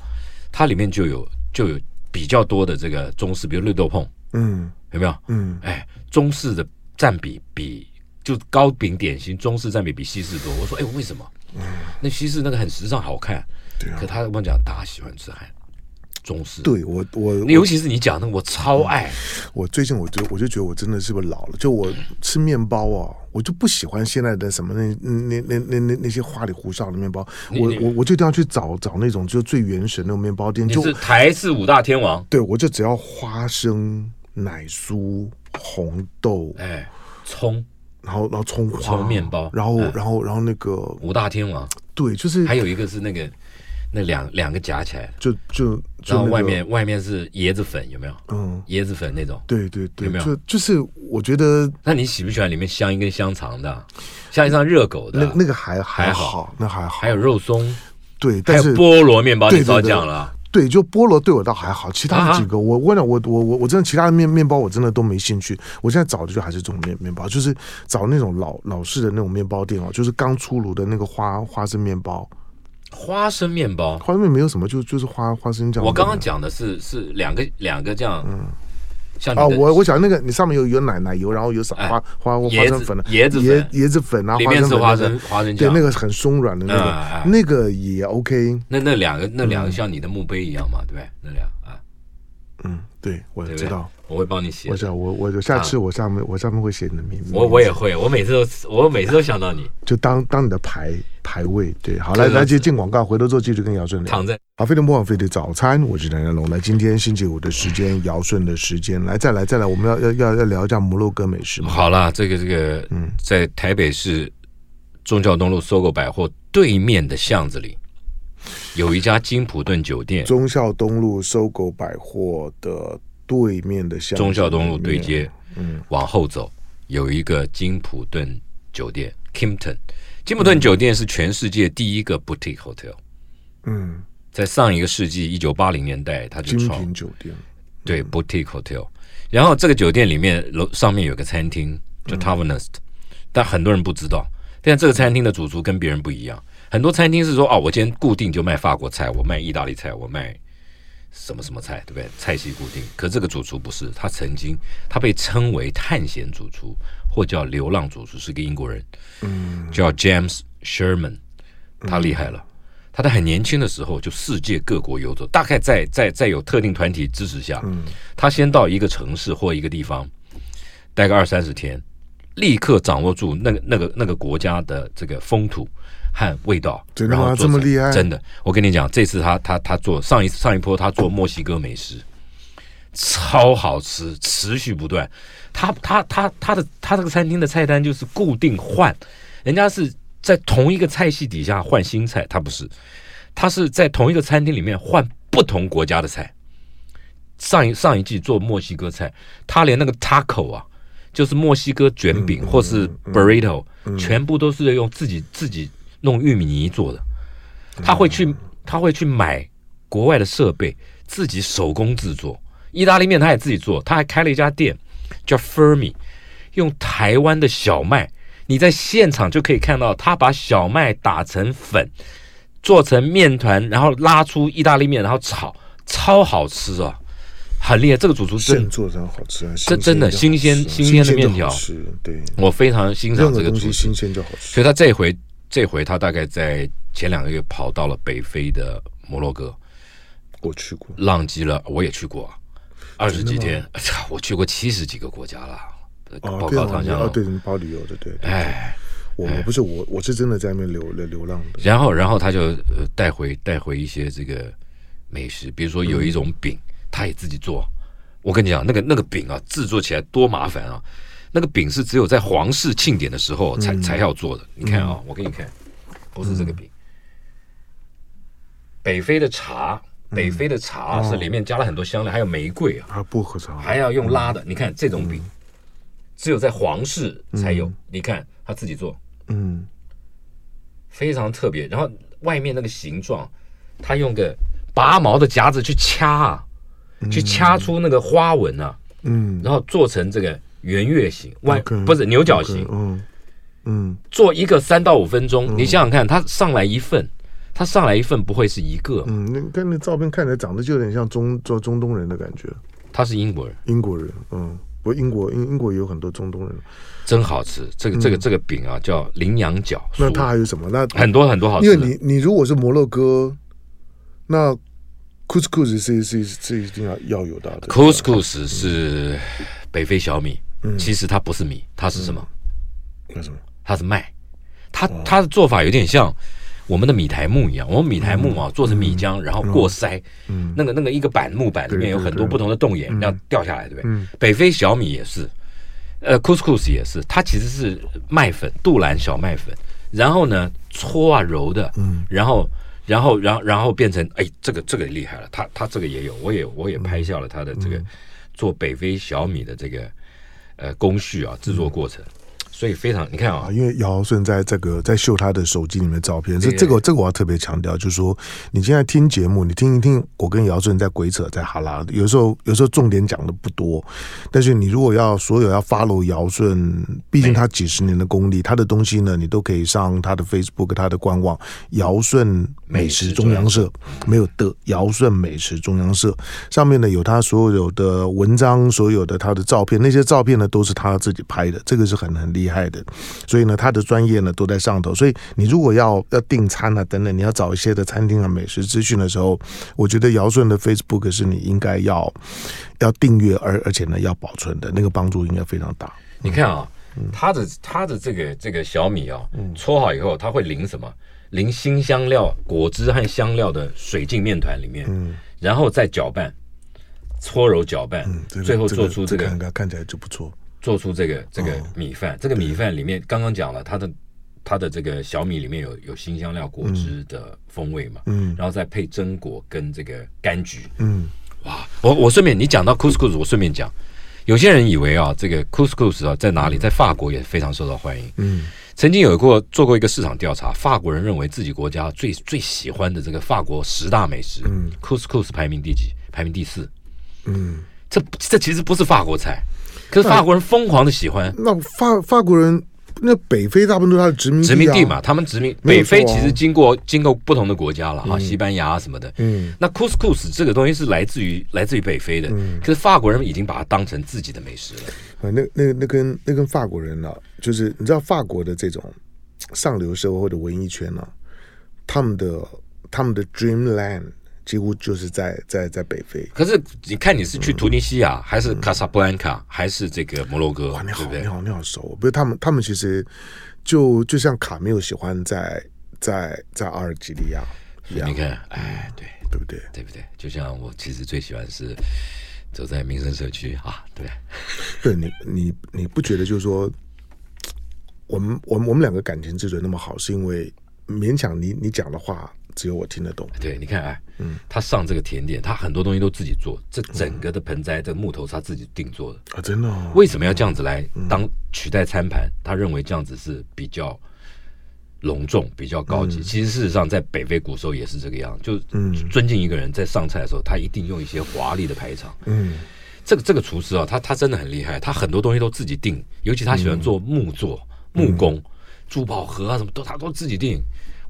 它里面就有就有比较多的这个中式，比如绿豆碰，
嗯
有没有？
嗯，
哎，中式的占比比就糕饼点心中式占比比西式多。我说，哎，为什么？那西式那个很时尚好看，
嗯对啊
可，他跟我讲，大家喜欢吃汉中式，，
对我我我
尤其是你讲的，我超爱。
我最近我就我就觉得我真的是不是老了？就我吃面包啊，我就不喜欢现在的什么那那那那那那些花里胡哨的面包，我
你
我我就一定要去找找那种就最原始的那种面包店，
你
就是
台式五大 天王，
对我就只要花生、奶酥、红豆，
哎，葱
然后然后葱花、
葱面包
然后
嗯
然后然后那个
五大天王，
对，就是
还有一个是那个那两两个夹起来的，
就就就
然
那
后
个
外面外面是椰子粉，有没有？
嗯。
椰子粉那种。
对对对，
有没有
就就是我觉得
那你喜不喜欢里面镶一根香肠的，啊镶一张热狗的
那，那个还还
嗯还好
好，那还好，
还有肉松，
对，
还
但
有
是
菠萝面包，
对
你早
对对
讲了。
对，就菠萝对我倒还好，其他
啊
的
哈
几个、我我讲我我我我真的其他的面面包我真的都没兴趣。我现在找的就还是这种面面包，就是找那种老老式的那种面包店哦，就是刚出炉的那个花花生面包，
花生面包，
花生面没有什么，就就是花花生酱。
我刚刚讲的是是两个两个这样，像
啊，
你的
嗯我我想那个你上面有有奶奶油，然后有撒
哎
花花花
椰
生
子
粉的
椰子
椰
粉
椰子粉啊，
里面是
花
花
生
生
粉
花生
那个，对，
酱
那，个很松软的那
嗯哎
个，那个也 OK。
那那两个那两个像你的墓碑一样嘛，对不对？那俩啊，
嗯，对，我
对不
知
对
道，？
我会帮你写
我。知道，我我我下次我上面我上面会写你的名字。
我我也会，我每次都我每次都想到你
就当当你的排排位，对，好，来
对对
来
对
接进广告，回头之后继续跟姚顺聊。
躺在
好，飞碟播放飞碟早餐，我是梁家龙。来，今天星期五的时间，姚顺的时间，来再来再来，我们要要要要聊一下摩洛哥美食嘛？
好啦，这个这个，
嗯
在台北市中教东路搜狗百货对面的巷子里，有一家金普顿 酒店，
忠孝东路搜狗百货的对面的巷，
忠孝东路对，接，
啊嗯，
往后走有一个金普顿酒店 （Kimpton）。金普顿酒店是全世界第一个 boutique hotel，
嗯，
在上一个世纪一九八零年代，它就
精
创
品酒店，
对 boutique hotel。然后这个酒店里面楼上面有个餐厅叫 Tavernist，、但很多人不知道。但这个餐厅的主厨跟别人不一样，很多餐厅是说哦，我今天固定就卖法国菜，我卖意大利菜，我卖什么什么菜，对不对？菜系固定。可这个主厨不是，他曾经他被称为探险主厨或叫流浪主厨，是个英国人，叫 James Sherman，他厉害了。他在很年轻的时候就世界各国游走，大概在在在有特定团体支持下，他先到一个城市或一个地方待个二三十天，立刻掌握住那个那个那个国家的这个风土和味道，
真的
然
吗
后做
这么
成
厉害
真的，我跟你讲，这次他他他做上一上一波他做墨西哥美食，超好吃，持续不断。他他他他的他这个餐厅的菜单就是固定换，人家是在同一个菜系底下换新菜，他不是，他是在同一个餐厅里面换不同国家的菜。上一上一季做墨西哥菜，他连那个 taco 啊，就是墨西哥卷饼或是 burrito，、全部都是用自己自己弄玉米泥做的。他会去他会去买国外的设备，自己手工制作。意大利面他也自己做，他还开了一家店叫 Fermi，用台湾的小麦，你在现场就可以看到他把小麦打成粉，做成面团，然后拉出意大利面，然后炒，超好吃啊，很厉害。这个主厨真
现，做的好吃啊，
这真的
新鲜就好吃
新鲜新鲜的面
新就好
条
吃对，
我非常欣赏
任何
这个
东
主
西
厨
新。鲜就好吃。
所以他这回这回他大概在前两个月跑到了北非的摩洛哥，
我去过，
浪迹了，我也去过啊，二十几天，操 我去过七十几个国家了。
哦
报，
对
告
啊，
唐
你
江龙
哦，对，你包旅游的，对，对
哎，
我我不是我，我是真的在那边流流流浪的，
然后然后他就呃带回带回一些这个美食，比如说有一种饼，他也自己做。我跟你讲，那个那个饼啊，制作起来多麻烦啊！那个饼是只有在皇室庆典的时候才、才要做的。你看啊、我给你看，不是这个饼。北非的茶，北非的茶、是里面加了很多香料，还有玫瑰啊。
啊，薄荷茶，
还要用拉的。你看这种饼，只有在皇室才有。你看他自己做，
嗯，
非常特别。然后外面那个形状，他用个拔毛的夹子去掐啊，去掐出那个花纹啊，
嗯
然后做成这个圆月形、弯
OK，嗯
不是牛角形
OK，嗯嗯，
做一个三到五分钟，你想想看，它上来一份，它上来一份不会是一个，
嗯，那跟那照片看起来长得就有点像中中中东人的感觉，
它是英国人，
英国人，嗯，不，英国英英国也有很多中东人。
真好吃。这个这个这个饼啊，叫羚羊角酥，
嗯那它还有什么？那
很多很多好
因为
吃的。
你你如果是摩洛哥，那 couscous 是是是一定要要有的。啊
Couscous 是北非小米，
嗯
其实它不是米，它是什么？
那什么？
它是麦，它它的做法有点像我们的米苔木一样，我们米苔木啊做成米浆，然后过筛，那个那个一个板木板里面有很多不同的洞眼，那样掉下来，对不对？北非小米也是，呃，couscous 也是，它其实是麦粉，杜兰小麦粉，然后呢搓啊揉的，然后。然后，然后，然后变成，哎，这个这个厉害了，它它这个也有，我也我也拍下了它的这个做北非小米的这个呃工序啊，制作过程，所以非常，你看啊
啊，，因为姚顺在这个在秀他的手机里面的照片，这这个这个我要特别强调，就是说你现在听节目，你听一听我跟姚顺在鬼扯在哈拉，有时候有时候重点讲的不多，但是你如果要所有要 follow 姚顺，毕竟他几十年的功力，他的东西呢，你都可以上他的 Facebook、他的官网姚顺美食中央社，没有的姚顺美食中央社上面呢有他所有的文章，所有的他的照片，那些照片呢都是他自己拍的，这个是很很厉害的。所以呢，他的专业呢都在上头。所以你如果要要订餐啊等等，你要找一些的餐厅啊美食资讯的时候，我觉得姚顺的 Facebook 是你应该要要订阅，而而且呢要保存的，那个帮助应该非常大。
你看啊，它的它的这个这个小米啊，
嗯
搓好以后，它会淋什么？淋新香料、果汁和香料的水浸面团里面，
嗯
然后再搅拌、搓揉搅拌，
嗯这个
最后
这
做出这个、
这看哦看起来就不错。
做出这个这个米饭。这个米饭里面刚刚讲了，它的它的这个小米里面有有新香料、果汁的风味嘛，
嗯
然后再配榛果跟这个柑橘，
嗯，
哇，我我顺便你讲到 couscous，我顺便讲，有些人以为啊，这个 couscous 啊在哪里，在法国也非常受到欢迎。
嗯，
曾经有过做过一个市场调查，法国人认为自己国家最最喜欢的这个法国十大美食，嗯，couscous 排名第几？排名第四。
嗯，
这这其实不是法国菜，可是法国人疯狂的喜欢。
那法法国人那北非大部分都是他的殖民
殖民
地
地
啊
嘛，，他们殖民
没有
北非
错啊
其实经过经过不同的国家了哈，西班牙什么的。
嗯，
那 couscous 这个东西是来自于来自于北非的，可是法国人已经把它当成自己的美食了。
啊，那那那跟那跟法国人呢、就是你知道法国的这种上流社会或者文艺圈呢、啊他们的他们的 dreamland 几乎就是在在在北非。
可是你看你是去突尼西亚，还是卡萨布兰卡，还是这个摩洛哥
嗯哇，你，
对
好，
不
你
对？
好，你好熟哦。不是他们，他们其实就就像卡缪喜欢在在在阿尔及利亚一样
你，看，哎，对
对不对？
对不对？就像我其实最喜欢是走在民生社区啊，对不对，
对你，你你不觉得就是说，我们我们我们两个感情之所以那么好，是因为勉强你你讲的话只有我听得懂。
对，你看，哎，
嗯
他上这个甜点，他很多东西都自己做，这整个的盆栽的木头是他自己定做的。
啊，真的、哦，
为什么要这样子来当取代餐盘？他认为这样子是比较隆重、比较高级。其实事实上，在北非古时候也是这个样，就尊敬一个人在上菜的时候，他一定用一些华丽的排场。
嗯。
这个这个厨师啊，他他真的很厉害，他很多东西都自己定，尤其他喜欢做木作、木工、珠宝盒啊，什么都他都自己定。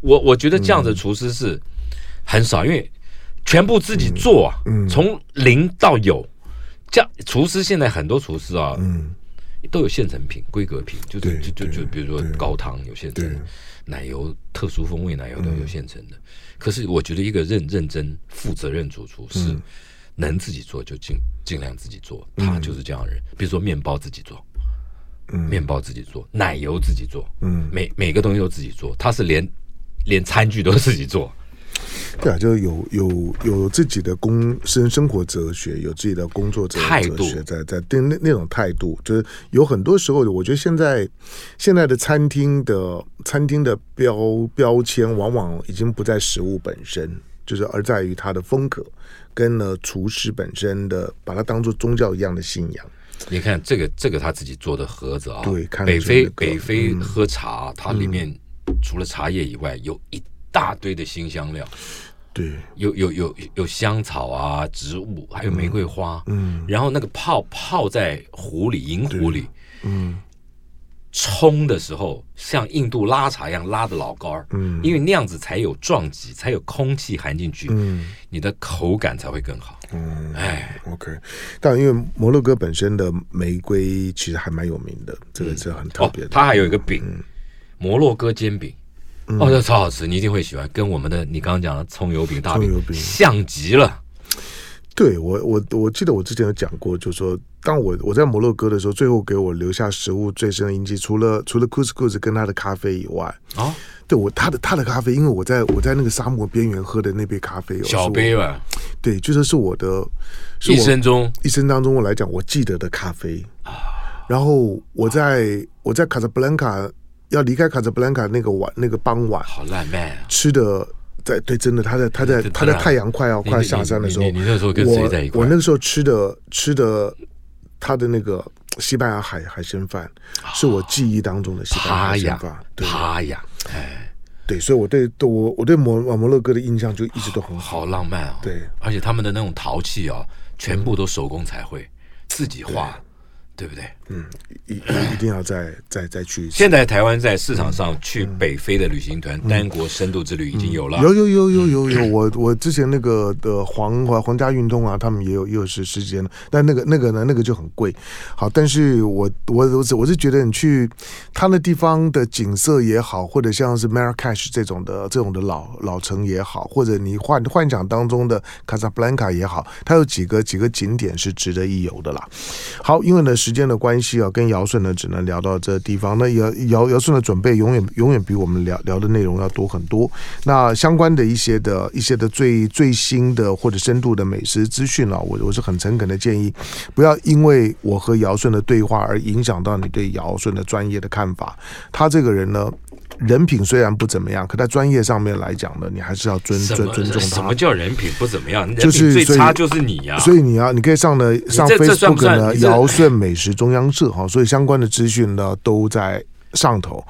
我我觉得这样子的厨师是很少，因为全部自己做啊，
嗯
从零到有。这样厨师现在很多厨师啊，
嗯，
都有现成品、规格品，就
对
是就就
对
就比如说
对
高汤有现成
对，嗯
奶油特殊风味奶油都有现成的。可是我觉得一个认认真、负责任主厨是
嗯
能自己做就尽尽量自己做，他就是这样的人。比如说面包自己做，面包自己做，奶油自己做，
嗯
每每个东西都自己做，他是连连餐具都自己做。
对啊，就有有有自己的工生生活哲学，有自己的工作哲
态度
哲学在在对那那种态度，就是有很多时候，我觉得现在现在的餐厅的餐厅的标标签，往往已经不在食物本身，就是而在于它的风格，跟呢厨师本身的，把它当做宗教一样的信仰。
你看这个这个他自己做的盒子啊，
对看着
北
就
非
那个
北非喝茶、它里面除了茶叶以外，有一大堆的新香料，
对，
有有有有香草啊、植物，还有玫瑰花，嗯，然后那个泡泡在壶里银壶里，嗯，冲的时候像印度拉茶一样拉的老高儿，嗯，因为那样子才有撞击，才有空气含进去，嗯，你的口感才会更好，嗯，哎，
OK，但因为摩洛哥本身的玫瑰其实还蛮有名的，这个是很特
哦
别，的。嗯
它还有一个饼，摩洛哥煎饼。哦，这超好吃，你一定会喜欢，跟我们的你刚刚讲的葱油饼、大
葱油
饼
饼
像极了。
对我，我我记得我之前有讲过，就说当我我在摩洛哥的时候，最后给我留下食物最深的印记，除了除了 couscous 跟他的咖啡以外，
哦，
对我他的他的咖啡，因为我在我在那个沙漠边缘喝的那杯咖啡，哦
小杯，
是我
吧，
对，就说是我的是
一
我
生啊中
一生当中我来讲，我记得的咖啡然后我在我在卡萨布兰卡要离开卡萨布兰卡那个晚那个傍晚，
好烂漫啊！
吃的在对，真的，他在他在
真的
他在太阳快要
你
快要下山的时候，
你你你你那时候跟谁在一块
我我那个时候吃的吃的他的那个西班牙海海参饭，是我记忆当中的西班牙
趴
海
啊呀
参饭。对
趴呀，哎，
对，所以我对对我我对摩摩洛哥的印象就一直都很好。
好浪漫哦。
对，
而且他们的那种陶器哦，全部都手工彩绘，
嗯
自己画，对不对？
一一一定要再再再去一次。
现在台湾在市
嗯
场上去北非的旅行团单国深度之旅已经有了，
有有有有有有，我我之前那个的皇皇皇家运动啊，他们也有也有是时间的，但那个那个呢，那个就很贵。好，但是我我我是我是觉得你去他那地方的景色也好，或者像是 Marrakesh 这种的这种的老老城也好，或者你幻幻想当中的 Casablanca 也好，它有几个几个景点是值得一游的啦。好，因为呢时间的关系啊，跟尧舜呢只能聊到这地方。那尧尧尧舜的准备永远永远比我们聊聊的内容要多很多。那相关的一些的一些的最最新的或者深度的美食资讯啊，我我是很诚恳的建议，不要因为我和尧舜的对话而影响到你对尧舜的专业的看法。他这个人呢。人品虽然不怎么样，可在专业上面来讲呢，你还是要尊
什
尊
么
尊重
什
他
么。叫人品不怎么样？人
就是
品最
所以
差就是你呀、
所以你要，你可以上呢上
这这算不
Facebook
算
呢
你这
尧舜美食中央社哈，所以相关的资讯呢都在上头。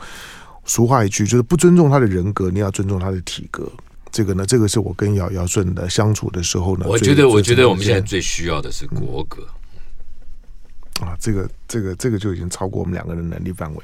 俗话一句，就是不尊重他的人格，你要尊重他的体格。这个呢，这个是我跟尧尧舜的相处的时候呢，
我
最
觉得，我觉得我们
最
现在
常见
最需要的是国格。
啊，这个这个这个就已经超过我们两个人的能力范围。